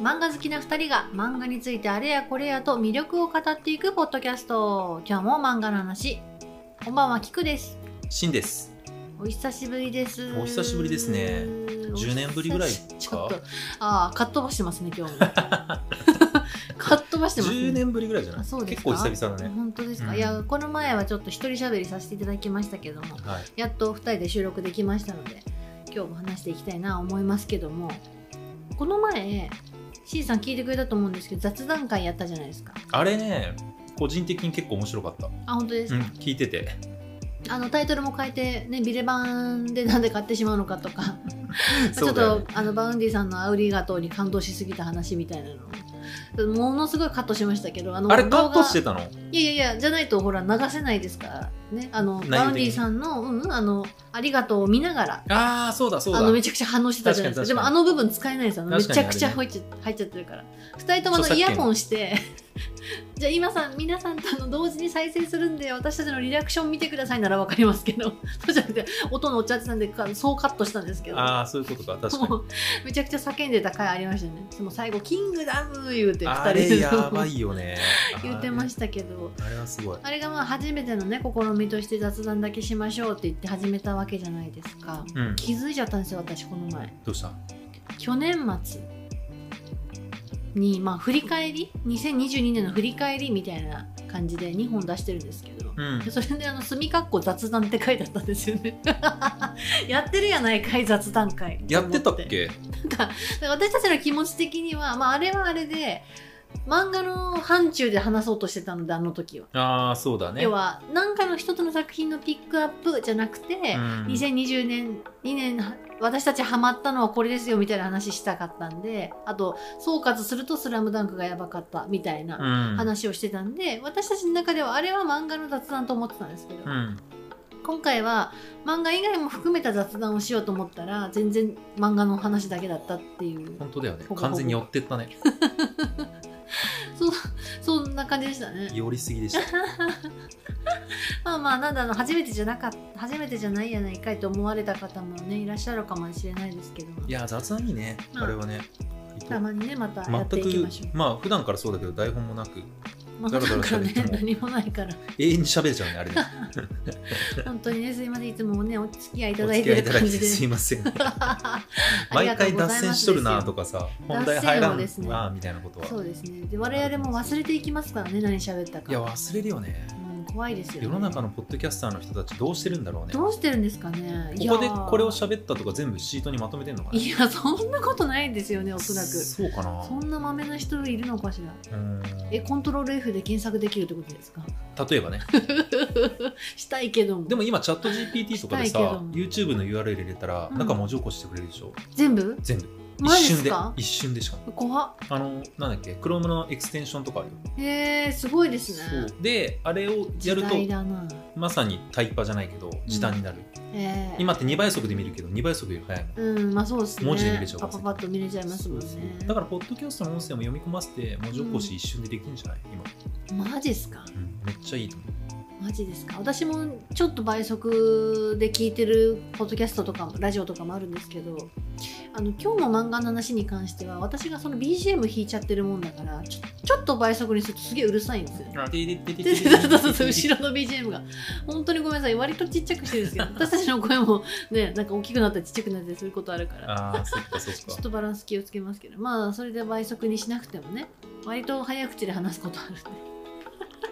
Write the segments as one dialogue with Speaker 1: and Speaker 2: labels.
Speaker 1: 漫画好きな2人が漫画についてあれやこれやと魅力を語っていくポッドキャスト今日も漫画の話こんばんは菊です
Speaker 2: シンです。
Speaker 1: お久しぶりです
Speaker 2: お久しぶりですね10年ぶりぐらいか
Speaker 1: お久しああかっ飛ばしてますね今日 もかっ飛ばしてます
Speaker 2: 10年ぶりぐらいじゃな
Speaker 1: あ
Speaker 2: い
Speaker 1: そうです
Speaker 2: 結
Speaker 1: か
Speaker 2: 構久々だね。
Speaker 1: 本当ですか、
Speaker 2: うん
Speaker 1: いやこの前はちょっと一人喋りさせていただきましたけども
Speaker 2: はい。
Speaker 1: やっと2人で収録できましたので今日も話していきたいな思いますけどもこの前 C さん聞いてくれたと思うんですけど雑談会やったじゃないですか
Speaker 2: あれね、個人的に結構面白かった。
Speaker 1: あ本当です
Speaker 2: うん
Speaker 1: か、、
Speaker 2: 聞いてて。
Speaker 1: あのタイトルも変えて、ね、ビレ版でなんで買ってしまうのかとかちょ
Speaker 2: そ
Speaker 1: っ
Speaker 2: うだよ
Speaker 1: と、
Speaker 2: ね
Speaker 1: あのバウンディさんの「アウリガトー」に感動しすぎた話みたいなのものすごいカットしましたけどあの
Speaker 2: あれカ
Speaker 1: 動
Speaker 2: ッ
Speaker 1: 画
Speaker 2: トしてたの
Speaker 1: いやいやいやじゃないとほら流せないですからねあの
Speaker 2: 内容的に
Speaker 1: バウンディさんの「うんうんあのありがとう」を見ながら
Speaker 2: ああ、そうだそうだ。
Speaker 1: あのめちゃくちゃ反応してたじゃないですか
Speaker 2: 確かに確かに
Speaker 1: でもあの部分使えないですよあのめ
Speaker 2: 確かに
Speaker 1: ちゃくちゃ入っちゃ入っちゃってるから2人ともあの
Speaker 2: 著
Speaker 1: イ
Speaker 2: 作権
Speaker 1: ヤホンして じゃあ今さん皆さんとあの同時に再生するんで私たちのリアクション見てくださいなら分かりますけど そうじゃなくて音乗っちゃってたんでかそうカットしたんですけど
Speaker 2: ああ、そういうことか。確か
Speaker 1: も
Speaker 2: に。
Speaker 1: うめちゃくちゃ叫んでた回ありましたねでも最後「キングダム」言うて
Speaker 2: あ
Speaker 1: 2人
Speaker 2: れ
Speaker 1: で。
Speaker 2: やばいよね。
Speaker 1: 言ってましたたけど
Speaker 2: あれはすごい。
Speaker 1: あれがまあ初めてのね試みとして雑談だけしましょうって言って始めたわけじゃないですか
Speaker 2: うん。
Speaker 1: 気づいちゃったんですよ私この前
Speaker 2: どうした
Speaker 1: 去年末に、まあ、振り返り2022年の振り返りみたいな感じで2本出してるんですけど、
Speaker 2: うん。
Speaker 1: それであの「墨かっこ雑談」って書いてあったんですよね やってるやないかい雑談会
Speaker 2: やってたっけ
Speaker 1: だから私たちの気持ち的には、まあ、あれはあれで漫画の範疇で話そうとしてたのであの時は、
Speaker 2: ああ、そうだね。
Speaker 1: 要は何かの一つの作品のピックアップじゃなくて、
Speaker 2: うん
Speaker 1: 2020年2年は私たちハマったのはこれですよみたいな話したかったんであと総括すると「スラムダンクがやばかったみたいな
Speaker 2: うん。
Speaker 1: 話をしてたんで、私たちの中ではあれは漫画の雑談と思ってたんですけど、
Speaker 2: うん。
Speaker 1: 今回は漫画以外も含めた雑談をしようと思ったら全然漫画の話だけだったっていう
Speaker 2: 本当だよね
Speaker 1: ほ。ぼほぼ
Speaker 2: 完全に寄ってったね。
Speaker 1: そんな感じでしたね。
Speaker 2: 寄りすぎ でした。
Speaker 1: まあまあなんだあの初めてじゃなかった初めてじゃないやないかいと思われた方もねいらっしゃるかもしれないですけど
Speaker 2: いや、雑談いいね。
Speaker 1: まあ
Speaker 2: あれはね。
Speaker 1: たまにねまたやって
Speaker 2: 全
Speaker 1: いき
Speaker 2: く
Speaker 1: ましょう。
Speaker 2: まあ普段からそうだけど台本もなく
Speaker 1: まあ、
Speaker 2: だ
Speaker 1: だ
Speaker 2: らだら
Speaker 1: からね
Speaker 2: 喋っても
Speaker 1: 何もないから
Speaker 2: 永遠に喋れちゃうねあ れね
Speaker 1: 本当にねすいませんいつもねお付き合いいた
Speaker 2: お
Speaker 1: だ
Speaker 2: 付
Speaker 1: い
Speaker 2: き合
Speaker 1: て
Speaker 2: いい
Speaker 1: る
Speaker 2: ただい
Speaker 1: 感
Speaker 2: て
Speaker 1: じです
Speaker 2: いません
Speaker 1: ありが
Speaker 2: 毎
Speaker 1: とう
Speaker 2: 回
Speaker 1: ござい
Speaker 2: 脱
Speaker 1: ます
Speaker 2: 線しとるなとかさ本題入
Speaker 1: 脱
Speaker 2: ら
Speaker 1: 線王
Speaker 2: ん
Speaker 1: ですね
Speaker 2: わみたいなことは
Speaker 1: そうですねで我々も忘れていきますからね何喋ったか
Speaker 2: いや忘れるよね
Speaker 1: うん、怖いですよ、ね、
Speaker 2: 世の中のポッドキャスターの人たちどうしてるんだろうね
Speaker 1: どうしてるんですかねいや
Speaker 2: ここでこれを喋ったとか全部シートにまとめてんのかない
Speaker 1: やそんなことないですよねおそらくそ
Speaker 2: そうかなん
Speaker 1: な豆な人いるのかしら
Speaker 2: うん
Speaker 1: えコントロール F で検索できるってことです か
Speaker 2: 例えばね
Speaker 1: したいけども
Speaker 2: でも今チャット GPT とかで
Speaker 1: したいけど
Speaker 2: さ
Speaker 1: も
Speaker 2: YouTube の URL 入れたら
Speaker 1: うん
Speaker 2: 中文字起こしてくれるでしょ
Speaker 1: 全部
Speaker 2: 全部一
Speaker 1: マジで
Speaker 2: 瞬
Speaker 1: す
Speaker 2: で
Speaker 1: か
Speaker 2: 一瞬でしかも
Speaker 1: 怖っ
Speaker 2: あのなんだっけ Chrome のエクステンションとかあるよ
Speaker 1: えー、すごいですね
Speaker 2: そうであれをやる
Speaker 1: 時
Speaker 2: と
Speaker 1: 代だな、
Speaker 2: まさにタイパじゃないけど時短になる、
Speaker 1: えー、
Speaker 2: 今って2倍速で見るけど2倍速より早いもん
Speaker 1: うん、まあそうですね。
Speaker 2: 文字で見れちゃう
Speaker 1: パ
Speaker 2: から
Speaker 1: パパッと見れちゃいますもんね。
Speaker 2: だからポッドキャストの音声も読み込ませて文字起こし一瞬でできるんじゃない今、
Speaker 1: マジですか
Speaker 2: うんめっちゃいいと思う
Speaker 1: マジですか私もちょっと倍速で聞いてるポッドキャストとかもラジオとかもあるんですけどあの今日の漫画の話に関しては私がその BGM 弾いちゃってるもんだからちょちょっと倍速にするとすげえうるさいんですよ。でそうそうそう後ろの BGM が本当にごめんなさい割とちっちゃくしてるんですけど私たちの声もねなんか大きくなったりちっちゃくなったりすることあるから
Speaker 2: ああそっかそ
Speaker 1: ちょ
Speaker 2: っ
Speaker 1: っ
Speaker 2: か
Speaker 1: とバランス気をつけますけどまあそれで倍速にしなくてもね割と早口で話すことあるんで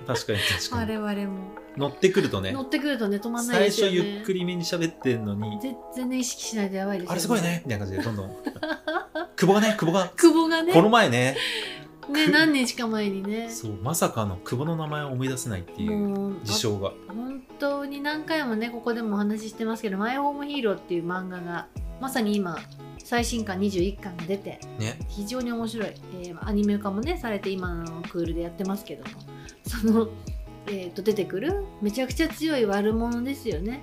Speaker 2: 確かに確かに
Speaker 1: 我々も
Speaker 2: 乗ってくるとね
Speaker 1: 乗ってくるとね止まんない
Speaker 2: 最
Speaker 1: です
Speaker 2: 初
Speaker 1: よね
Speaker 2: ゆっくりめに喋ってんのに
Speaker 1: 全然ね意識しないとやばいですよ、
Speaker 2: あれすごいねみたいな感じでどんどん久保がね久保が
Speaker 1: 久保がね
Speaker 2: この前ね
Speaker 1: ね何日か前にね
Speaker 2: そうまさかの久保の名前を思い出せないっていう
Speaker 1: もう
Speaker 2: 事象が
Speaker 1: あ本当に何回もねここでもお話ししてますけど「マイホームヒーロー」っていう漫画がまさに今最新刊21巻が出て
Speaker 2: ね
Speaker 1: 非常に面白い、えーアニメ化もねされて今のクールでやってますけどもその、えー、と出てくるめちゃくちゃ強い悪者ですよね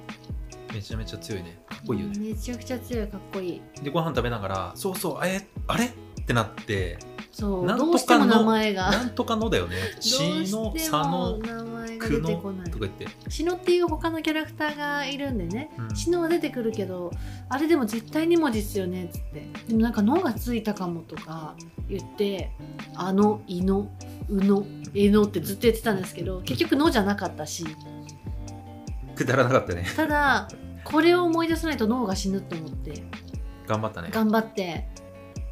Speaker 2: めちゃめちゃ強いねかっこいいよね
Speaker 1: めちゃくちゃ強いかっこいい
Speaker 2: でご飯食べながら「そうそうえあれ?」ってなって
Speaker 1: そう
Speaker 2: なんとか
Speaker 1: ど
Speaker 2: の
Speaker 1: うしても名前が
Speaker 2: なんとかの だよね「
Speaker 1: どう
Speaker 2: し」の
Speaker 1: し
Speaker 2: 「
Speaker 1: て
Speaker 2: さ」
Speaker 1: も
Speaker 2: の
Speaker 1: 名前
Speaker 2: 「
Speaker 1: が
Speaker 2: く」
Speaker 1: 出
Speaker 2: の
Speaker 1: てこない
Speaker 2: とか言って、
Speaker 1: シノっていう他のキャラクターがいるんでね
Speaker 2: うん
Speaker 1: シノは出てくるけどあれでも絶対2文字っすよねっつってでもなんか「の」がついたかもとか言って「あの」「いの」「うの」「えの」ってずっと言ってたんですけど結局「の」じゃなかったし
Speaker 2: くだらなかったね
Speaker 1: ただこれを思い出さないと脳が死ぬと思って
Speaker 2: 頑張ったね
Speaker 1: 頑張って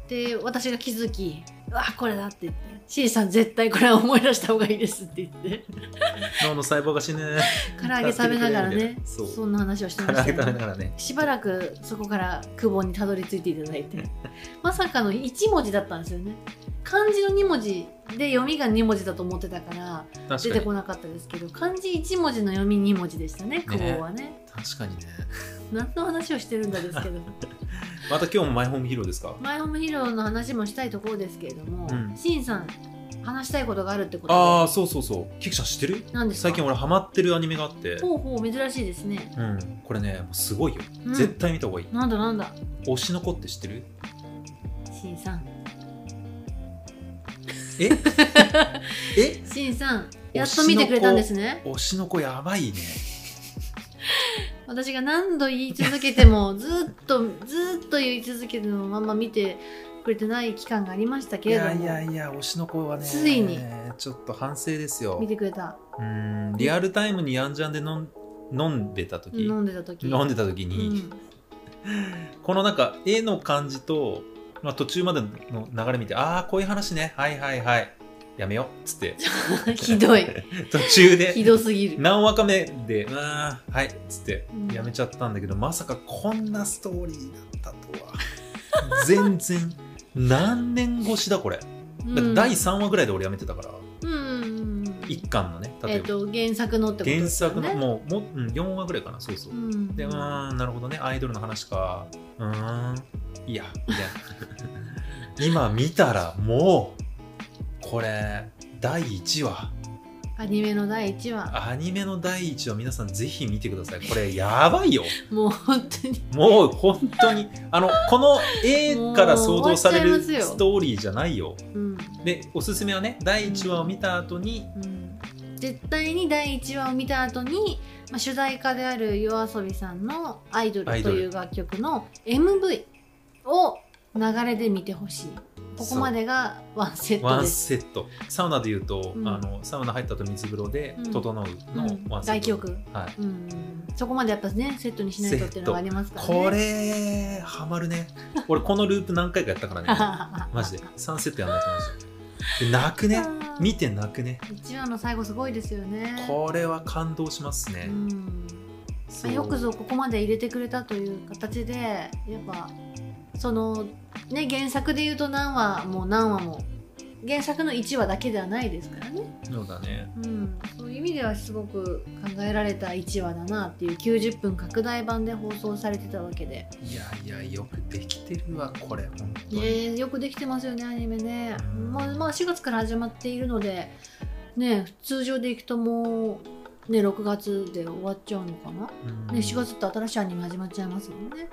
Speaker 1: で私が気づき「うわこれだ」って言って「シーさん絶対これは思い出した方がいいです」って言って
Speaker 2: 脳の細胞が死ぬ
Speaker 1: 唐揚げ食べながらね
Speaker 2: そ
Speaker 1: そうんな話をして
Speaker 2: 唐
Speaker 1: ま
Speaker 2: 揚
Speaker 1: し
Speaker 2: げ食
Speaker 1: た
Speaker 2: べ
Speaker 1: よ
Speaker 2: ながらね
Speaker 1: しばらくそこから久保にたどり着いていただいてまさかの1文字だったんですよね漢字の2文字で読みが2文字だと思ってたから出
Speaker 2: 確か
Speaker 1: て
Speaker 2: に
Speaker 1: こなかったですけど漢字1文字の読み2文字でしたね久保はね
Speaker 2: 確かにね
Speaker 1: 何の話をしてるんだですけ ど
Speaker 2: また今日もマイホームヒーローですか
Speaker 1: マイホームヒーローの話もしたいところですけれども、
Speaker 2: うん
Speaker 1: しんさん話したいことがあるってこと
Speaker 2: ああそうそうそうキクちゃん知ってる
Speaker 1: で何ですか
Speaker 2: 最近俺ハマってるアニメがあって
Speaker 1: ほうほう珍しいですね、
Speaker 2: うんこれねもうすごいよ
Speaker 1: うん
Speaker 2: 絶対見た方がいい
Speaker 1: なんだなんだ
Speaker 2: 推しの子って知ってる
Speaker 1: しんさん
Speaker 2: ええ
Speaker 1: しんさんやっと見てくれたんですね
Speaker 2: 推しの子やばいね
Speaker 1: 私が何度言い続けて もずっとずっと言い続けてのまま見てくれてない期間がありましたけ
Speaker 2: い
Speaker 1: れども
Speaker 2: やいやいや推しの子はね
Speaker 1: ついに
Speaker 2: ちょっと反省ですよ
Speaker 1: 見てくれた
Speaker 2: うーんリアルタイムにヤンジャンで飲ん飲んでた時
Speaker 1: 飲んでた時
Speaker 2: 飲ん
Speaker 1: で
Speaker 2: でた時に、 このなんか絵の感じと、まあ、途中までの流れ見てああこういう話ねはいはいはいやめようっつって
Speaker 1: ひどい
Speaker 2: 途中
Speaker 1: ひ
Speaker 2: で
Speaker 1: どす ぎる
Speaker 2: 何話か目でうーんはいっつって
Speaker 1: うん
Speaker 2: やめちゃったんだけど、まさかこんなストーリーだったとは全然何年越しだこれだって第3話ぐらいで俺やめてたから、
Speaker 1: うんうんうんうん
Speaker 2: 一巻のね
Speaker 1: え
Speaker 2: 例え
Speaker 1: っ
Speaker 2: ば、
Speaker 1: と原作のってこと
Speaker 2: 原
Speaker 1: ですよ
Speaker 2: 作
Speaker 1: ね
Speaker 2: のもうも、うん、4話ぐらいかなそうそう、
Speaker 1: うん
Speaker 2: でうーんなるほどねアイドルの話かうーんいやみたいな 今見たらもうこれ第1話
Speaker 1: アニメの第1話
Speaker 2: アニメの第1話皆さんぜひ見てくださいこれやばいよ
Speaker 1: もう本当に
Speaker 2: もう本当にあのこの絵から想像され
Speaker 1: もう
Speaker 2: る
Speaker 1: 終わっちゃいますよ
Speaker 2: ストーリーじゃないよ
Speaker 1: うん、
Speaker 2: でおすすめはね第1話を見た後に
Speaker 1: うん、絶対に第1話を見た後に、まあ、主題歌である YOASOBI さんの「アイド
Speaker 2: ア
Speaker 1: ル」
Speaker 2: イ
Speaker 1: と
Speaker 2: ドル
Speaker 1: いう楽曲の MV を流れで見てほしいここまでがワンセット
Speaker 2: ワン
Speaker 1: です
Speaker 2: セットサウナでいうと、
Speaker 1: うん
Speaker 2: あのサウナ入った後水風呂で「整う」の
Speaker 1: うん
Speaker 2: ワンセ
Speaker 1: 大
Speaker 2: ッ
Speaker 1: 記
Speaker 2: ト、
Speaker 1: 憶
Speaker 2: はい
Speaker 1: うんそこまでやっぱねセットにしないとっていうのがありますからね
Speaker 2: これハマるね俺このループ何回かやったか らねマジで3セットやんないとマジでで泣くね見て泣くね
Speaker 1: 1話の最後すごいですよね
Speaker 2: これは感動します
Speaker 1: う
Speaker 2: ね、
Speaker 1: ん
Speaker 2: そ
Speaker 1: まあ
Speaker 2: う
Speaker 1: よくぞここまで入れてくれたという形でやっぱそのね原作で言うと何話も何話も原作の1話だけではないですからね、
Speaker 2: そうだね
Speaker 1: うん、そういう意味ではすごく考えられた1話だなっていう90分拡大版で放送されてたわけで、
Speaker 2: いやいやよくできてるわこれ本当に、
Speaker 1: ね、よくできてますよねアニメね、まあ、まあ4月から始まっているのでね通常でいくともう、ね、6月で終わっちゃうのかな、
Speaker 2: うん
Speaker 1: ね、4月って新しいアニメ始まっちゃいますもんね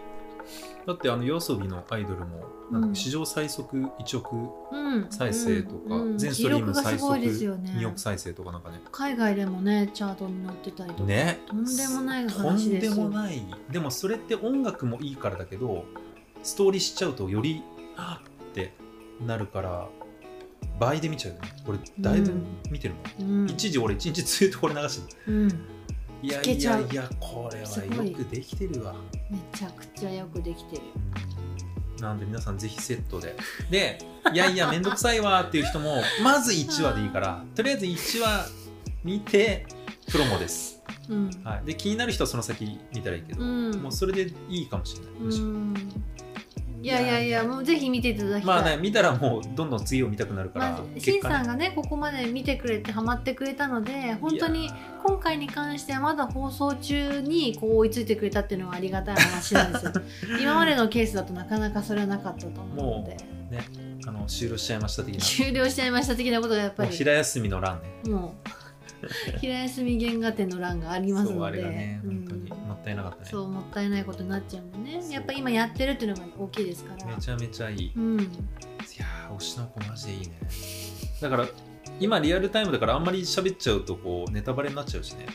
Speaker 2: だってあの YOASOBI のアイドルもなん
Speaker 1: う
Speaker 2: か
Speaker 1: ん
Speaker 2: 史上最速1億
Speaker 1: うん
Speaker 2: 再生とか、
Speaker 1: うん
Speaker 2: 全ストリーム
Speaker 1: 記録が
Speaker 2: 最
Speaker 1: すご
Speaker 2: 速
Speaker 1: いですよね
Speaker 2: 2億再生とかなんかね
Speaker 1: 海外でもねチャートに載ってたりとか、
Speaker 2: ね
Speaker 1: とんでもない
Speaker 2: と
Speaker 1: 話
Speaker 2: ん
Speaker 1: です
Speaker 2: で
Speaker 1: よ
Speaker 2: もないでもそれって音楽もいいからだけどストーリーしちゃうとよりあっってなるから倍で見ちゃうよね俺だいぶ見てるもん、
Speaker 1: うん
Speaker 2: 一時俺一日ずっとこれ流してる
Speaker 1: うん、
Speaker 2: いや
Speaker 1: け
Speaker 2: い
Speaker 1: ちゃ
Speaker 2: や
Speaker 1: う
Speaker 2: いやこれ
Speaker 1: すご
Speaker 2: はいよくできてるわ
Speaker 1: めちゃくちゃよくできてる
Speaker 2: うんなので皆さんぜひセットででいやいやめんどくさいわっていう人もまず1話でいいからとりあえず1話見てプロモです、
Speaker 1: うん、
Speaker 2: はい、で気になる人はその先見たらいいけど、
Speaker 1: うん
Speaker 2: もうそれでいいかもしれない、むしろ
Speaker 1: うんいやいやいやもうぜひ見ていただきたい、
Speaker 2: まあね見たらもうどんどん次を見たくなるから、
Speaker 1: まあ、しんさん
Speaker 2: ね
Speaker 1: がねここまで見てくれてハマってくれたので本当
Speaker 2: い
Speaker 1: に
Speaker 2: や
Speaker 1: 今回に関してはまだ放送中にこう追いついてくれたっていうのはありがたい話なん ですよ今までのケースだとなかなかそれはなかったと思うので
Speaker 2: あの終了しちゃいまし た的な
Speaker 1: 終了しちゃいました的なことがやっぱ
Speaker 2: もう
Speaker 1: り
Speaker 2: 平休みの欄ね
Speaker 1: もう平休み原画展の欄があります
Speaker 2: そう
Speaker 1: の
Speaker 2: あれ
Speaker 1: で
Speaker 2: がね
Speaker 1: う
Speaker 2: 本当に
Speaker 1: ん
Speaker 2: もったいなかったね、
Speaker 1: そうもったいないことになっちゃうんでね
Speaker 2: そう
Speaker 1: やっぱ今やってるっていうのが大きいですから
Speaker 2: めちゃめちゃいい、い
Speaker 1: うん
Speaker 2: ややー推しの子マジでいいねだから今リアルタイムだからあんまり喋っちゃうとこうネタバレになっちゃうしね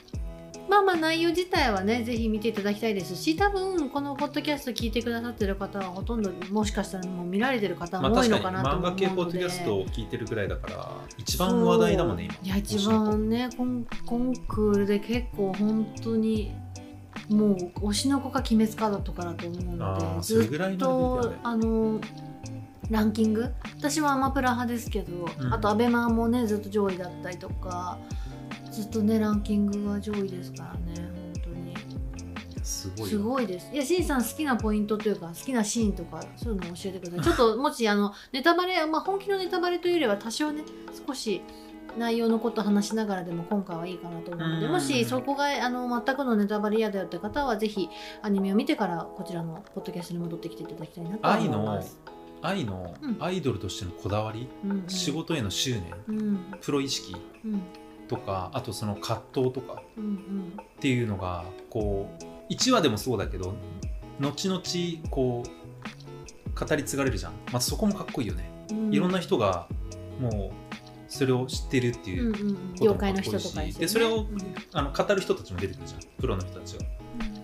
Speaker 1: まあまあ内容自体はねぜひ見ていただきたいですし多分このポッドキャスト聞いてくださってる方はほとんどもしかしたらもう見られてる方
Speaker 2: ま
Speaker 1: も
Speaker 2: あ
Speaker 1: 多い
Speaker 2: 確か
Speaker 1: の
Speaker 2: に
Speaker 1: かなと
Speaker 2: 漫
Speaker 1: 思う
Speaker 2: 画
Speaker 1: ので、
Speaker 2: 系ポッドキャストを聞いてるくらいだから一番話題だもんね
Speaker 1: そう
Speaker 2: 今
Speaker 1: いや一番ねコンコンクールで結構本当にもう推しの子か鬼滅かだとかだと思う
Speaker 2: あ
Speaker 1: の
Speaker 2: あ
Speaker 1: で
Speaker 2: それ
Speaker 1: ず
Speaker 2: ぐらい
Speaker 1: っ
Speaker 2: のレベ
Speaker 1: と
Speaker 2: ルだよね
Speaker 1: あのランキング私はアマプラ派ですけど、
Speaker 2: うん
Speaker 1: あとアベマもねずっと上位だったりとかずっとねランキングが上位ですからね本当に
Speaker 2: すごい
Speaker 1: す
Speaker 2: よ
Speaker 1: ごいです。いや、しんさん好きなポイントというか、好きなシーンとか、そういうの教えてください。ちょっと、もし、あの、ネタバレ、まあ、本気のネタバレというよりは、多少ね、少し。内容のこと話しながらでも今回はいいかなと思うので
Speaker 2: うん
Speaker 1: もしそこがあの全くのネタバレ嫌だよって方はぜひアニメを見てからこちらのポッドキャストに戻ってきていただきたいなと思い
Speaker 2: 愛
Speaker 1: ま
Speaker 2: の
Speaker 1: す。
Speaker 2: 愛の
Speaker 1: うん
Speaker 2: アイドルとしてのこだわり、
Speaker 1: 愛の、うんうん、
Speaker 2: 仕事への執念
Speaker 1: うんうん
Speaker 2: プロ意識
Speaker 1: うん
Speaker 2: とかあとその葛藤とか
Speaker 1: うん
Speaker 2: っていうのがこう1話でもそうだけど後々こう語り継がれるじゃん、まあ、そこもかっこいいよね、
Speaker 1: うん
Speaker 2: いろんな人がもうそれを知ってるっていうう、
Speaker 1: んうんうん
Speaker 2: こと
Speaker 1: 業
Speaker 2: もかっ
Speaker 1: 界
Speaker 2: こい
Speaker 1: の
Speaker 2: いし
Speaker 1: 人とかすよね
Speaker 2: でそれを
Speaker 1: うん
Speaker 2: あの語る人たちも出てくるじゃんプロの人たちは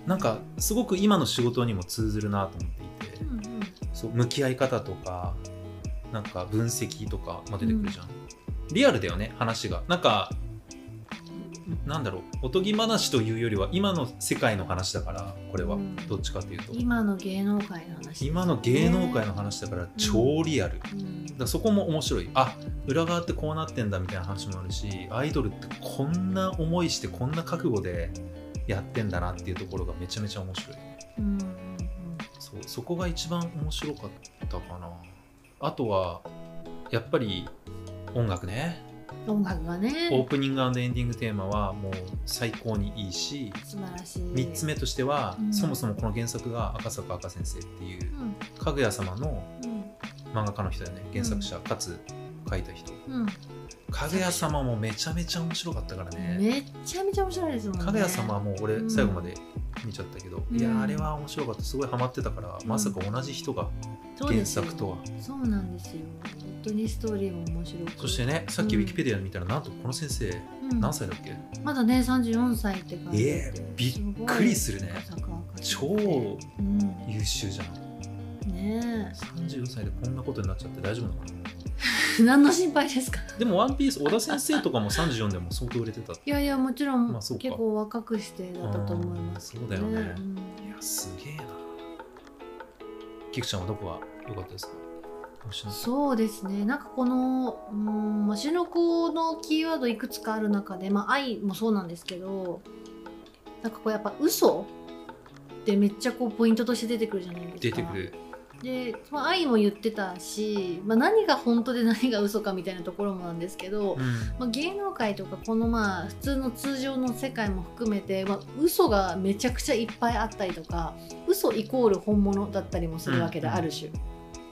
Speaker 2: なんかすごく今の仕事にも通ずるなと思ってい
Speaker 1: う
Speaker 2: て、
Speaker 1: んうん
Speaker 2: そう向き合い方とかなんか分析とかも出てくるじゃん、リアルだよね話がなんかなんだろうおとぎ話というよりは今の世界の話だからこれは、
Speaker 1: うん
Speaker 2: どっちかというと
Speaker 1: 今の芸能界の話
Speaker 2: 今の芸能界の話だから超リアル、だか
Speaker 1: うん
Speaker 2: らそこも面白いあ裏側ってこうなってんだみたいな話もあるしアイドルってこんな思いしてこんな覚悟でやってんだなっていうところがめちゃめちゃ面白い
Speaker 1: うん
Speaker 2: そうそこが一番面白かったかなあとはやっぱり音楽ね
Speaker 1: うんうん、音楽がね
Speaker 2: オープニングエンディングテーマはもう最高にいいし
Speaker 1: 素晴らしい
Speaker 2: 3つ目としては、
Speaker 1: うん
Speaker 2: そもそもこの原作が赤坂赤先生っていう
Speaker 1: うん
Speaker 2: かぐや様の
Speaker 1: うん
Speaker 2: 漫画家の人だよね原作者、かつ書いた人
Speaker 1: うん
Speaker 2: かぐや様もめちゃめちゃ面白かったからね
Speaker 1: めっちゃめちゃ面白いですもんね
Speaker 2: かぐや様はもう俺
Speaker 1: うん
Speaker 2: 最後まで見ちゃったけど、
Speaker 1: うん
Speaker 2: いやーあれは面白かったすごいハマってたから、
Speaker 1: うん
Speaker 2: まさか同じ人が
Speaker 1: そうですよ
Speaker 2: 原作とは
Speaker 1: そうなんですよ本当にストーリーも面白く
Speaker 2: そしてねさっきウィキペディアで見たら、なんとこの先生
Speaker 1: うん
Speaker 2: 何歳だっけ、
Speaker 1: まだね34歳って感じで、
Speaker 2: ええびっくりするね
Speaker 1: すごい
Speaker 2: 超
Speaker 1: うん
Speaker 2: 優秀じゃん
Speaker 1: ね
Speaker 2: 34歳でこんなことになっちゃって大丈夫なのか
Speaker 1: え 何の心配ですか
Speaker 2: なでも「ワンピース小田先生とかも34でも相当売れてたって
Speaker 1: いやいやもちろん、
Speaker 2: まあそうか
Speaker 1: 結構若くしてだったと思います
Speaker 2: うんそうだよね
Speaker 1: うん
Speaker 2: いやすげえなキクちゃんはどこが良かったですか推しの子
Speaker 1: そうですねなんかこのうーん推しの子のキーワードいくつかある中で、まあ、愛もそうなんですけどなんかこうやっぱ嘘ってめっちゃこうポイントとして出てくるじゃないですか
Speaker 2: 出てくる
Speaker 1: で、まあ、愛も言ってたし、まあ、何が本当で何が嘘かみたいなところもなんですけど、
Speaker 2: うん
Speaker 1: まあ、芸能界とかこのまあ普通の通常の世界も含めて、まあ、嘘がめちゃくちゃいっぱいあったりとか嘘イコール本物だったりもするわけで、
Speaker 2: うん
Speaker 1: ある種、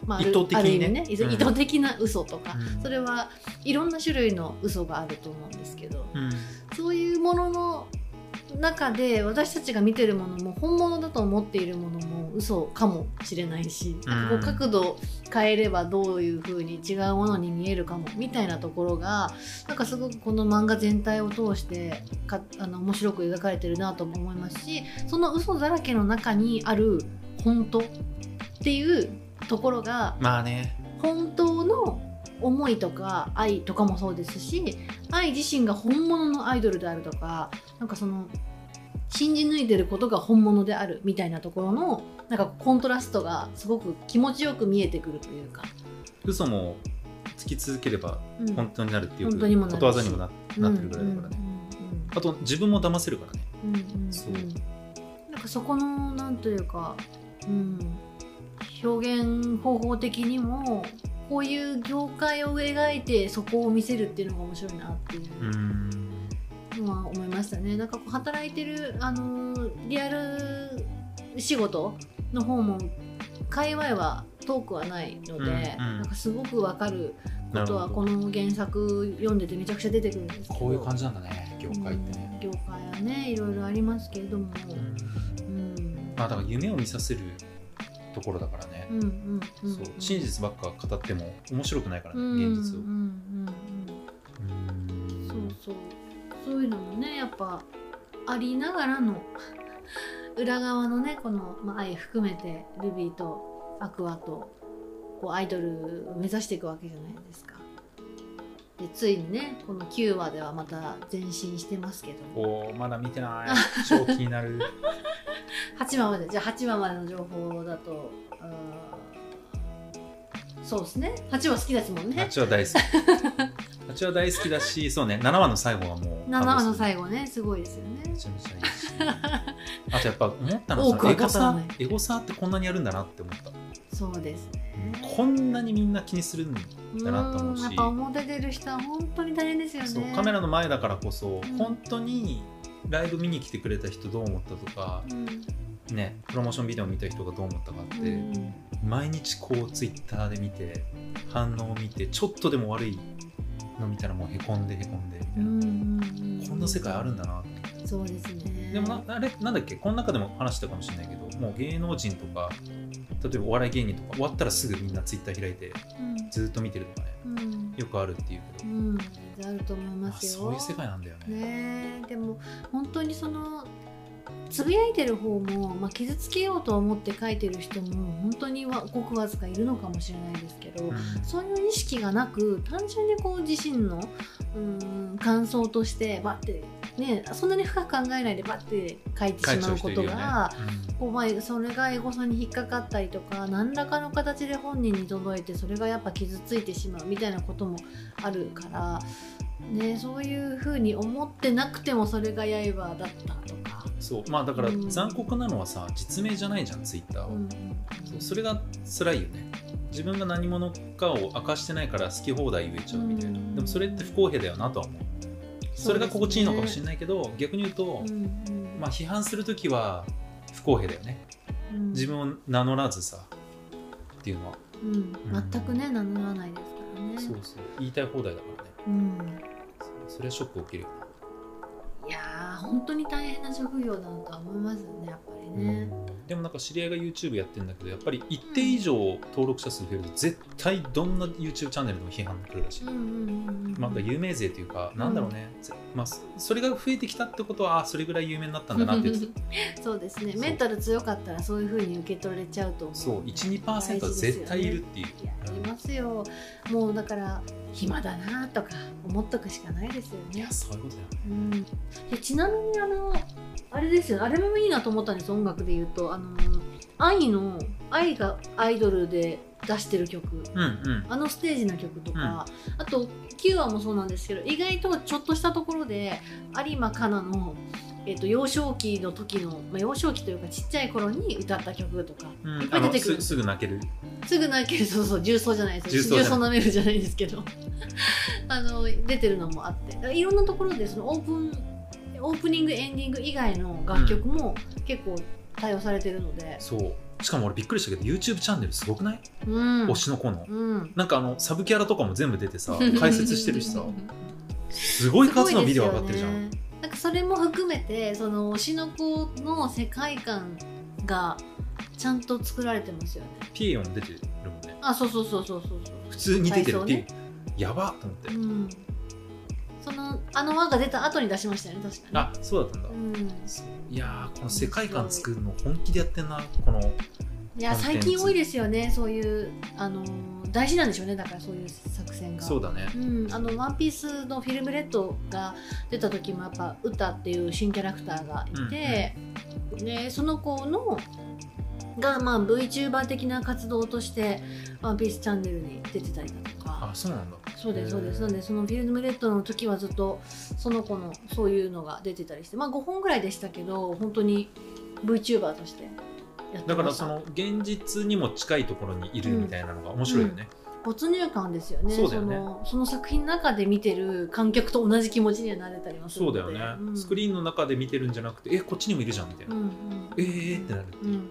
Speaker 1: まあ、ある
Speaker 2: 意図的
Speaker 1: ある
Speaker 2: に
Speaker 1: 意
Speaker 2: ね
Speaker 1: 味ねいず
Speaker 2: うん
Speaker 1: 意図的な嘘とか、
Speaker 2: うん
Speaker 1: それはいろんな種類の嘘があると思うんですけど
Speaker 2: うん
Speaker 1: そういうものの中で私たちが見てるものも本物だと思っているものも嘘かもしれないし、なんかこう角度を変えればどういう風に違うものに見えるかもみたいなところがなんかすごくこの漫画全体を通してかあの面白く描かれてるなとも思いますしその嘘だらけの中にある本当っていうところが
Speaker 2: まあね
Speaker 1: 本当の思いとか愛とかもそうですし愛自身が本物のアイドルであるとかなんかその信じ抜いてることが本物であるみたいなところのなんかコントラストがすごく気持ちよく見えてくるというか、
Speaker 2: 嘘もつき続ければ
Speaker 1: うん
Speaker 2: 本当になるってよく
Speaker 1: 本当にもなるし
Speaker 2: ことわざにもななってるぐらいだからね、あと自分も騙せるからね
Speaker 1: うんうんうんうん
Speaker 2: そう
Speaker 1: なんかそこのなんというか、うん、表現方法的にもこういう業界を描いてそこを見せるっていうのが面白いなっていう。
Speaker 2: うん
Speaker 1: まあ、思いましたねなんかこう働いてる、あのーリアル仕事の方も界隈はトークはないので、
Speaker 2: うんうん
Speaker 1: なんかすごくわかるこ
Speaker 2: なる
Speaker 1: とは
Speaker 2: ほ
Speaker 1: こ
Speaker 2: ど
Speaker 1: の原作読んでてめちゃくちゃ出てくるんですけど
Speaker 2: こういう感じなんだね業界ってね、
Speaker 1: うん業界はねいろいろありますけれども、
Speaker 2: うん
Speaker 1: うん
Speaker 2: まあだから夢を見させるところだからね
Speaker 1: う、んうんうん
Speaker 2: そう真実ばっか語っても面白くないからね、現実を
Speaker 1: うんうんうん
Speaker 2: う
Speaker 1: うんんそうそうそういうのもねやっぱありながらの 裏側のねこの、まあ、愛含めてルビーとアクアとこうアイドルを目指していくわけじゃないですかでついにねこの9話ではまた前進してますけども
Speaker 2: おーまだ見てない 超気になる
Speaker 1: 8話までじゃあ8話までの情報だとあーそうですね8話好きですもんね
Speaker 2: 8は大好き8は大好きだしそうね7話の最後はもう
Speaker 1: 7話の最
Speaker 2: 後
Speaker 1: 後ねすごいですよね
Speaker 2: めちゃめちゃいいしあとやっぱ思ったの
Speaker 1: 多
Speaker 2: は
Speaker 1: く
Speaker 2: さ
Speaker 1: は
Speaker 2: エゴ
Speaker 1: 語
Speaker 2: サ
Speaker 1: らない
Speaker 2: エゴサってこんなにやるんだなって思った
Speaker 1: そうですね
Speaker 2: こんなにみんな気にするんだだなと思うし
Speaker 1: んやっぱ表出る人は本当に大変ですよね
Speaker 2: そうカメラの前だからこそ、
Speaker 1: ん
Speaker 2: 本当にライブ見に来てくれた人どう思ったとか、
Speaker 1: うん
Speaker 2: ね、プロモーションビデオ見た人がどう思ったかって、
Speaker 1: うん
Speaker 2: 毎日こうツイッターで見て反応を見てちょっとでも悪いの見たらもうへこんでへこんでみた
Speaker 1: う
Speaker 2: いな、
Speaker 1: ん
Speaker 2: こんな世界あるん
Speaker 1: だ
Speaker 2: だなって
Speaker 1: そうですね
Speaker 2: でもなあれなんだっけこの中でも話したかもしれないけどもう芸能人とか例えばお笑い芸人とか終わったらすぐみんなツイッター開いてずっと見てるとかね
Speaker 1: うんうん
Speaker 2: よくあるっていうけ
Speaker 1: う
Speaker 2: ど、
Speaker 1: んあると思いま
Speaker 2: あ
Speaker 1: すよ
Speaker 2: そういう世界なんだよね
Speaker 1: ねえでも本当にそのつぶやいてる方も、まあ、傷つけようと思って書いてる人も本当にわごくわずかいるのかもしれないですけど、
Speaker 2: うん
Speaker 1: そういう意識がなく単純にこう自身のうーん感想としてバッて、ね、そんなに深く考えないでバッて書いてしまうことが、こうまあそれがエゴサに引っかかったりとか何らかの形で本人に届いてそれがやっぱ傷ついてしまうみたいなこともあるから、ね、そういうふうに思ってなくてもそれが刃だったとか。
Speaker 2: そうまあだから
Speaker 1: うん
Speaker 2: 残酷なのはさ実名じゃないじゃんツイッターは、
Speaker 1: うん
Speaker 2: そうそれが辛いよね自分が何者かを明かしてないから好き放題言えちゃうみたいな、
Speaker 1: うん
Speaker 2: でもそれって不公平だよなとは思うそれが心地いいのかもしれないけど、逆に言うと、まあ、批判する時は不公平だよね
Speaker 1: うん
Speaker 2: 自分を名乗らずさっていうのは、
Speaker 1: うん、全くね名乗らないですからね。
Speaker 2: そうそう言いたい放題だからね
Speaker 1: うん
Speaker 2: それはショック受けるよ
Speaker 1: いやー本当に大変な職業だなとは思いますよねやっぱり
Speaker 2: ね
Speaker 1: ね。
Speaker 2: でもなんか知り合いが YouTube やってるんだけどやっぱり一定以上登録者数増えると絶対どんな YouTube チャンネルでも批判来るらしい、
Speaker 1: うんうんうんうん
Speaker 2: まあ、有名勢というか、なんだろうね、ぜまあ、そそれが増えてきたってことは、あそれぐらい有名になったんだなって 言って た
Speaker 1: そうですね
Speaker 2: そう
Speaker 1: メンタル強かったらそういうふうに受け取れちゃうと思う。
Speaker 2: そう、1、2%は絶対いるっていう。
Speaker 1: いやありますよもうだから暇だなとか思っとくしかないですよ
Speaker 2: い
Speaker 1: ね
Speaker 2: や、。そういうことだよね。
Speaker 1: うん、でちなみにあのあれですよあれもいいなと思ったんです音楽で言うとあの愛の愛がアイドルで出してる曲。
Speaker 2: うんうん。
Speaker 1: あのステージの曲とか、あと9話もそうなんですけど意外とちょっとしたところで有馬香奈の、えっと幼少期の時の、まあ、幼少期というかちっちゃい頃に歌った曲とか
Speaker 2: うん、
Speaker 1: いっぱい出てくる
Speaker 2: あのすすぐ泣ける。
Speaker 1: すぐ泣けるそうそう重曹じゃないです
Speaker 2: 重曹じゃない
Speaker 1: なめるじゃないですけど あの出てるのもあってだからいろんなところでそのオープンオープニングエンディング以外の楽曲も結構対応されてるので、
Speaker 2: そう。しかも俺びっくりしたけど、YouTube チャンネルすごくない、
Speaker 1: うん
Speaker 2: 推しの子の。
Speaker 1: うん、
Speaker 2: なんかあの、サブキャラとかも全部出てさ、解説してるしさ、すごい数のビデオ上がってるじゃ
Speaker 1: すごい
Speaker 2: ん。
Speaker 1: ですよねなんかそれも含めてその推しの子の世界観がちゃんと作られてますよね
Speaker 2: ピエヨン出てるもんね。
Speaker 1: あそうそうそうそうそうそう
Speaker 2: 普通に出て
Speaker 1: 体操
Speaker 2: るっ
Speaker 1: ね
Speaker 2: ていう。やばっと思って。
Speaker 1: うんそのあの輪が出た後に出しましたよね確かに
Speaker 2: あ、そうだったんだ。
Speaker 1: うん、
Speaker 2: いやーこの世界観作るの本気でやってんなこの
Speaker 1: いや
Speaker 2: コンテン
Speaker 1: 最
Speaker 2: ツ
Speaker 1: 近多いですよねそういうあのー大事なんでしょうねだからそういう作戦が
Speaker 2: そうだね
Speaker 1: うん、あの「ワンピースのフィルムレッドが出た時もやっぱ歌っていう新キャラクターがいて、でその子のが、まあ、VTuber 的な活動として「ワンピースチャンネルに出てたりだとか
Speaker 2: あそうなんだ
Speaker 1: そうですそうです
Speaker 2: へー
Speaker 1: なんでそのフィルムレッドの時はずっとその子のそういうのが出てたりしてまあ5本ぐらいでしたけど本当に VTuber としてやってました
Speaker 2: だからその現実にも近いところにいるみたいなのが面白いよね、
Speaker 1: 没入感ですよね
Speaker 2: そうだよね
Speaker 1: のその作品の中で見てる観客と同じ気持ちにはなれたりもする
Speaker 2: そ
Speaker 1: の
Speaker 2: うだ
Speaker 1: で
Speaker 2: よね、
Speaker 1: ん
Speaker 2: スクリーンの中で見てるんじゃなくてえこっちにもいるじゃんみたいな、
Speaker 1: うんうん、
Speaker 2: えーってなる
Speaker 1: うんうんうん、
Speaker 2: いや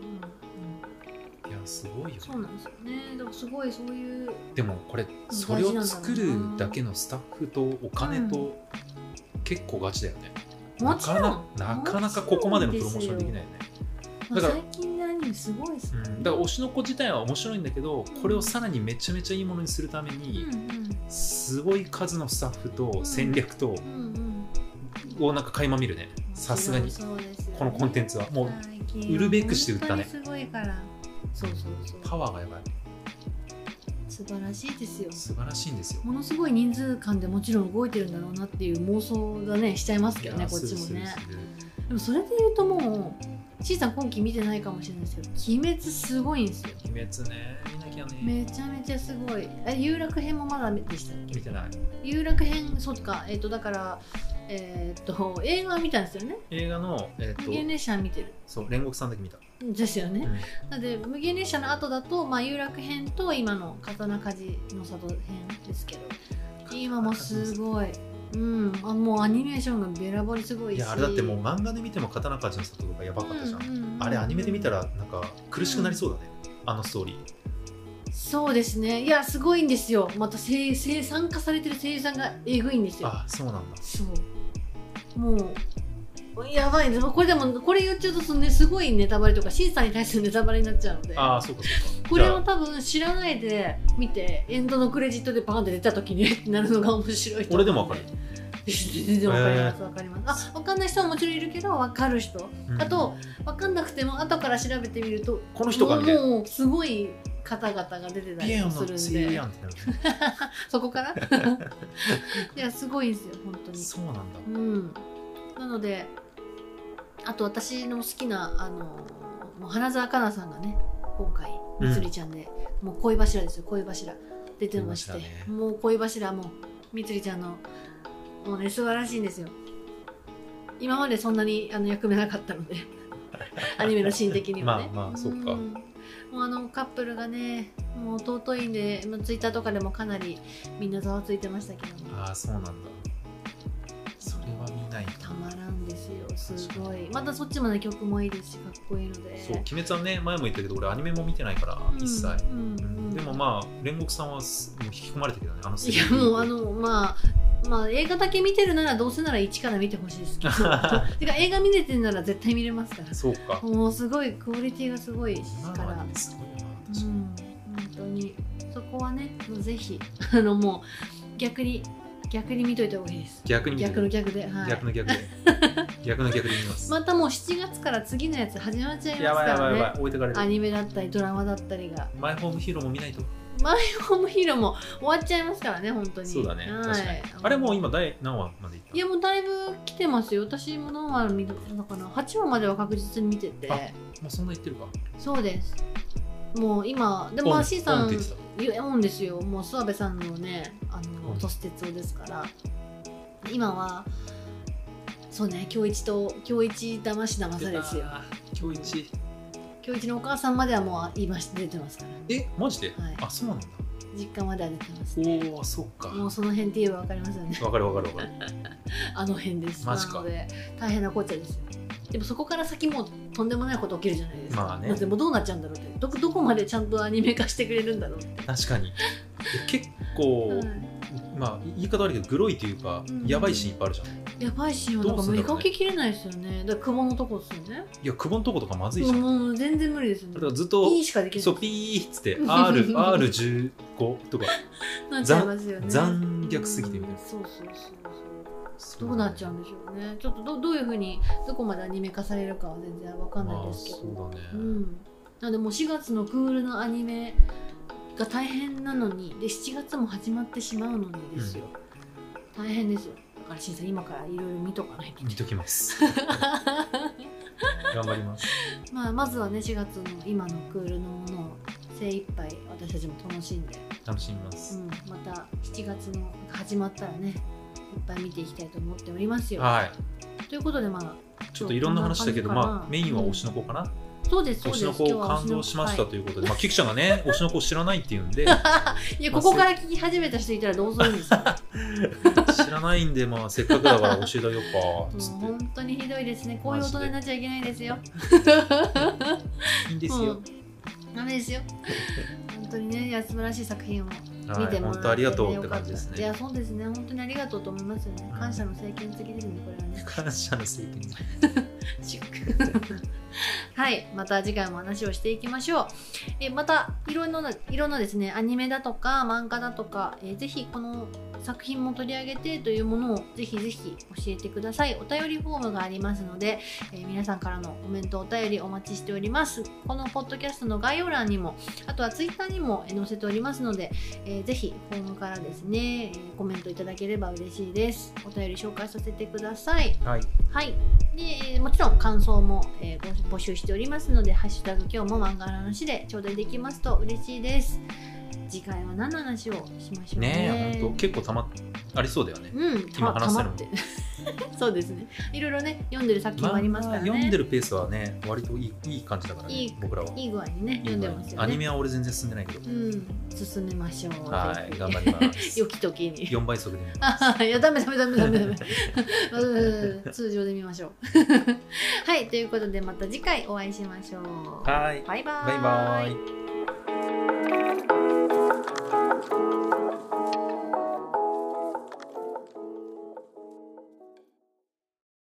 Speaker 2: すごいよ
Speaker 1: そうなんですよねだからすごいそういう
Speaker 2: でもこれそれを作るだけのスタッフとお金
Speaker 1: う
Speaker 2: と結構ガチだよね、
Speaker 1: も
Speaker 2: な
Speaker 1: ち
Speaker 2: かな
Speaker 1: ろん
Speaker 2: なかなかここまでのプロモーションできないよね
Speaker 1: まあ
Speaker 2: だから
Speaker 1: 最近のアニメすごいです
Speaker 2: う
Speaker 1: ね、
Speaker 2: ん、だから推しの子自体は面白いんだけどこれをさらにめちゃめちゃいいものにするために、すごい数のスタッフと戦略と、
Speaker 1: うんうんうん
Speaker 2: をなんか垣間見るね
Speaker 1: うん
Speaker 2: さすがに
Speaker 1: そうですよね
Speaker 2: このコンテンツはもう
Speaker 1: 最近は
Speaker 2: 売るべくして売ったね
Speaker 1: 本当にすごいからそうそうそ
Speaker 2: パ
Speaker 1: う
Speaker 2: ワーがやばい
Speaker 1: 素晴らしいですよ
Speaker 2: 素晴らしいんですよ
Speaker 1: ものすごい人数間でもちろん動いてるんだろうなっていう妄想がねしちゃいますけど
Speaker 2: い
Speaker 1: ね
Speaker 2: や
Speaker 1: こっちも
Speaker 2: する
Speaker 1: ね
Speaker 2: するする
Speaker 1: でもそれで言うともうちいさん今期見てないかもしれないですけど「鬼滅」すごいんですよ
Speaker 2: 鬼滅ね見なきゃね
Speaker 1: めちゃめちゃすごいえ有楽編もまだでしたっけ
Speaker 2: 見てない
Speaker 1: 有楽編そっかえっ、とだからえっ、と映画見たんですよね
Speaker 2: 映画の、え
Speaker 1: 無限
Speaker 2: ー、と
Speaker 1: 列車見てる
Speaker 2: そう煉獄さんだけ見た、
Speaker 1: ですよね、
Speaker 2: う
Speaker 1: なので無限列車の後だと、まあ、有楽編と今の刀鍛冶の里編ですけど今もすごい、うん、あもうアニメーションがべらぼりすごい
Speaker 2: ん、
Speaker 1: し
Speaker 2: いやあれだってもう漫画で見ても刀鍛冶の里とかやばかったじゃん、
Speaker 1: うんうんうん
Speaker 2: あれアニメで見たらなんか苦しくなりそうだね、あのストーリー
Speaker 1: そうですねいやすごいんですよまた生生産化されてる声優さんがえぐいんですよ
Speaker 2: あそうなんだ
Speaker 1: そうもうやばいですこれでもこれ言っちゃうとその、ね、すごいネタバレとか審査に対するネタバレになっちゃうので
Speaker 2: ああそうかそうか
Speaker 1: これを
Speaker 2: じゃあ
Speaker 1: 多分知らないで見てエンドのクレジットでバーンって出た時に ってなるのが面白いと思
Speaker 2: 俺でもわかる
Speaker 1: 全然わかりますわかりますあわかんない人ももちろんいるけどわかる人
Speaker 2: うん
Speaker 1: あとわかんなくても後から調べてみると
Speaker 2: この人かみたいな
Speaker 1: もうすごい方々が出てた
Speaker 2: ピ
Speaker 1: り
Speaker 2: エン
Speaker 1: も
Speaker 2: の
Speaker 1: する
Speaker 2: 声
Speaker 1: ん
Speaker 2: 優
Speaker 1: で
Speaker 2: やんってなるね
Speaker 1: そこから いやすごいんですよ本当に
Speaker 2: そうなんだ
Speaker 1: うん、なのであと私の好きなあのもう花澤香菜さんがね今回
Speaker 2: うん
Speaker 1: まつりちゃんで、もう恋柱ですよ恋柱出てまして、
Speaker 2: 出ましたね
Speaker 1: もう恋柱もみつりちゃんのもうね素晴らしいんですよ今までそんなにあの役目なかった のでアニメのシーン的にはね
Speaker 2: まあまあそうか
Speaker 1: んもうあのカップルがねもう尊いんでまあツイッターとかでもかなりみんなざわついてましたけども
Speaker 2: ああそうなんだそれは見ない
Speaker 1: た
Speaker 2: と
Speaker 1: まらんですよす
Speaker 2: 確
Speaker 1: ご
Speaker 2: か
Speaker 1: い
Speaker 2: に
Speaker 1: またそっちもね曲もいいですしかっこいいので
Speaker 2: そう鬼滅はね前も言ったけど俺アニメも見てないから、一切、
Speaker 1: うん
Speaker 2: う
Speaker 1: うんん
Speaker 2: でもまあ煉獄さんはすもう引き込まれたけどねあの
Speaker 1: いやもうあのまあまあ映画だけ見てるならどうせなら1から見てほしいですけ どてか映画見れてるなら絶対見れますから
Speaker 2: そうか
Speaker 1: もうすごいクオリティがすごい
Speaker 2: 今
Speaker 1: か
Speaker 2: のア
Speaker 1: ら
Speaker 2: ニメすごいよな
Speaker 1: うん
Speaker 2: 確かに、
Speaker 1: 本当にそこはねもうぜひあのもう逆に逆に見といた方がいいです
Speaker 2: 逆に見て
Speaker 1: 逆の逆ではい
Speaker 2: 逆の逆 で逆の逆で見ます、
Speaker 1: またもう7月から次のやつ始まっちゃい
Speaker 2: や
Speaker 1: ます
Speaker 2: ばいや
Speaker 1: か
Speaker 2: ば
Speaker 1: ら
Speaker 2: いや
Speaker 1: ね
Speaker 2: ばい置いてかれ
Speaker 1: ア
Speaker 2: る
Speaker 1: ニメだったりドラマだったりが
Speaker 2: マイホームヒーローも見ないと
Speaker 1: ホームヒーローも終わっちゃいますからね本当に
Speaker 2: そうだね、
Speaker 1: はい
Speaker 2: 確かにあれもう今第何話までいった
Speaker 1: いやもうだいぶ来てますよ私も何話見たのかな8話までは確実に見てて
Speaker 2: あもうそんな言ってるか
Speaker 1: そうですもう今でも
Speaker 2: ポン
Speaker 1: まあ C さ
Speaker 2: ポンっ
Speaker 1: ん
Speaker 2: て言ってた
Speaker 1: いやもんですよもう諏訪部さんのねあの
Speaker 2: うん
Speaker 1: 落とす鉄夫ですから今はそうね京一と京一騙し騙されですよ
Speaker 2: 今日一
Speaker 1: 京一のお母さんまではもう今出てますから
Speaker 2: えマジで、
Speaker 1: はい
Speaker 2: あそうなんだ
Speaker 1: 実家までは出てますね
Speaker 2: おおそうか
Speaker 1: もうその辺って言えば分かりますよね
Speaker 2: わかるわかるわかる
Speaker 1: あの辺です。
Speaker 2: マジか
Speaker 1: なので大変なこっちゃですよ。でもそこから先もうとんでもないこと起きるじゃないですか。
Speaker 2: まあね
Speaker 1: だってもうどうなっちゃうんだろうって。どこどこまでちゃんとアニメ化してくれるんだろうって。
Speaker 2: 確 かにで結構、
Speaker 1: はい
Speaker 2: まあ言い方悪いけどグロいというか、
Speaker 1: うん
Speaker 2: やばいシーンいっぱいあるじゃんい
Speaker 1: やばいシーンはなん
Speaker 2: どう
Speaker 1: か
Speaker 2: すんだ
Speaker 1: 見
Speaker 2: ろう
Speaker 1: か
Speaker 2: ね
Speaker 1: けきれないですよね。だから雲のとこですよね。
Speaker 2: や久保のとことかまずいじゃん、だ
Speaker 1: もう全然無理ですよ
Speaker 2: から
Speaker 1: ね。
Speaker 2: ずっと
Speaker 1: いいしかできない。
Speaker 2: そうピーっつって RR15 とか
Speaker 1: なっちゃいますよね。
Speaker 2: 残虐すぎてみたいな
Speaker 1: うんそうそうそうそう。どうなっちゃうんでしょうね。ちょっとどどういうふうにどこまでアニメ化されるかは全然わかんないですけど。
Speaker 2: まあ、そうだね、
Speaker 1: うん、なのでもう4月のクールのアニメが大変なのにで7月も始まってしまうのにですよ、大変ですよだからしんさん今からいろいろ見とかないと
Speaker 2: 見ときます 頑張ります
Speaker 1: まあまずはね4月の今のクールのものを精一杯私たちも楽しんで、
Speaker 2: 楽しみま
Speaker 1: う
Speaker 2: す、
Speaker 1: ん、また7月の始まったらねいっぱい見ていきたいと思っておりますよ
Speaker 2: はい
Speaker 1: ということでまあ
Speaker 2: ちょっといろんな話だけど、
Speaker 1: こんな感じかな
Speaker 2: まあ、メインは推しの子かな、
Speaker 1: そうですそう
Speaker 2: 推
Speaker 1: で
Speaker 2: し
Speaker 1: す
Speaker 2: の子を感動しました
Speaker 1: 今日は推しの子
Speaker 2: ということで、まあ、キクちゃん がね、推しの子を知らないっていうんで、
Speaker 1: はいいやここから聞き始めた人いたらどうするんですか
Speaker 2: 知らないんで、まあ、せっかくだから教えてあげようか、
Speaker 1: もう
Speaker 2: つって。
Speaker 1: 本当にひどいですね。こういう大人になっちゃいけないですよ。
Speaker 2: いいんです
Speaker 1: う
Speaker 2: よ
Speaker 1: ん。ダメですよ。本当にね、いや素晴らしい作品を見
Speaker 2: は
Speaker 1: て
Speaker 2: い、
Speaker 1: もら
Speaker 2: 本当ありがとうって感じ
Speaker 1: よか
Speaker 2: です
Speaker 1: たいや
Speaker 2: ね。
Speaker 1: そうですね。本当にありがとうと思いますよね
Speaker 2: う。ん
Speaker 1: 感謝の政権的ですねこれはね。
Speaker 2: 感謝の政権
Speaker 1: 違う はいまた次回も話をしていきましょうえまたいろんないろんなですねアニメだとか漫画だとか、えーぜひこの作品も取り上げてというものをぜひぜひ教えてくださいお便りフォームがありますので、えー皆さんからのコメントお便りお待ちしておりますこのポッドキャストの概要欄にもあとはツイッターにもえー載せておりますので、えーぜひフォームからですねえーコメントいただければ嬉しいですお便り紹介させてください
Speaker 2: はい
Speaker 1: はい。で、えーもちろん感想も、えーご募集しておりますので、ハッシュタグ今日も漫画の話で頂戴できますと嬉しいです。次回は何の話をしましょう
Speaker 2: ね
Speaker 1: ね。
Speaker 2: え本当結構たまありそうだよね
Speaker 1: うん、た
Speaker 2: 今話して
Speaker 1: たま
Speaker 2: るの
Speaker 1: って。 そうですね。いろいろね、読んでる作品もありますからね。
Speaker 2: 読んでるペースはね割といいいい感じだからね
Speaker 1: いい
Speaker 2: 僕らはい
Speaker 1: い具合にね、読んでますよね。
Speaker 2: アニメは俺全然進んでないけど、
Speaker 1: うん、進めましょう。
Speaker 2: はい頑張
Speaker 1: り
Speaker 2: りま す
Speaker 1: 良き時に。
Speaker 2: 4倍速で見る
Speaker 1: あ いやダメダメダメダメ ダメうん通常で見ましょう はいということでまた次回お会いしましょう
Speaker 2: はい
Speaker 1: バイバー
Speaker 2: バイバーイ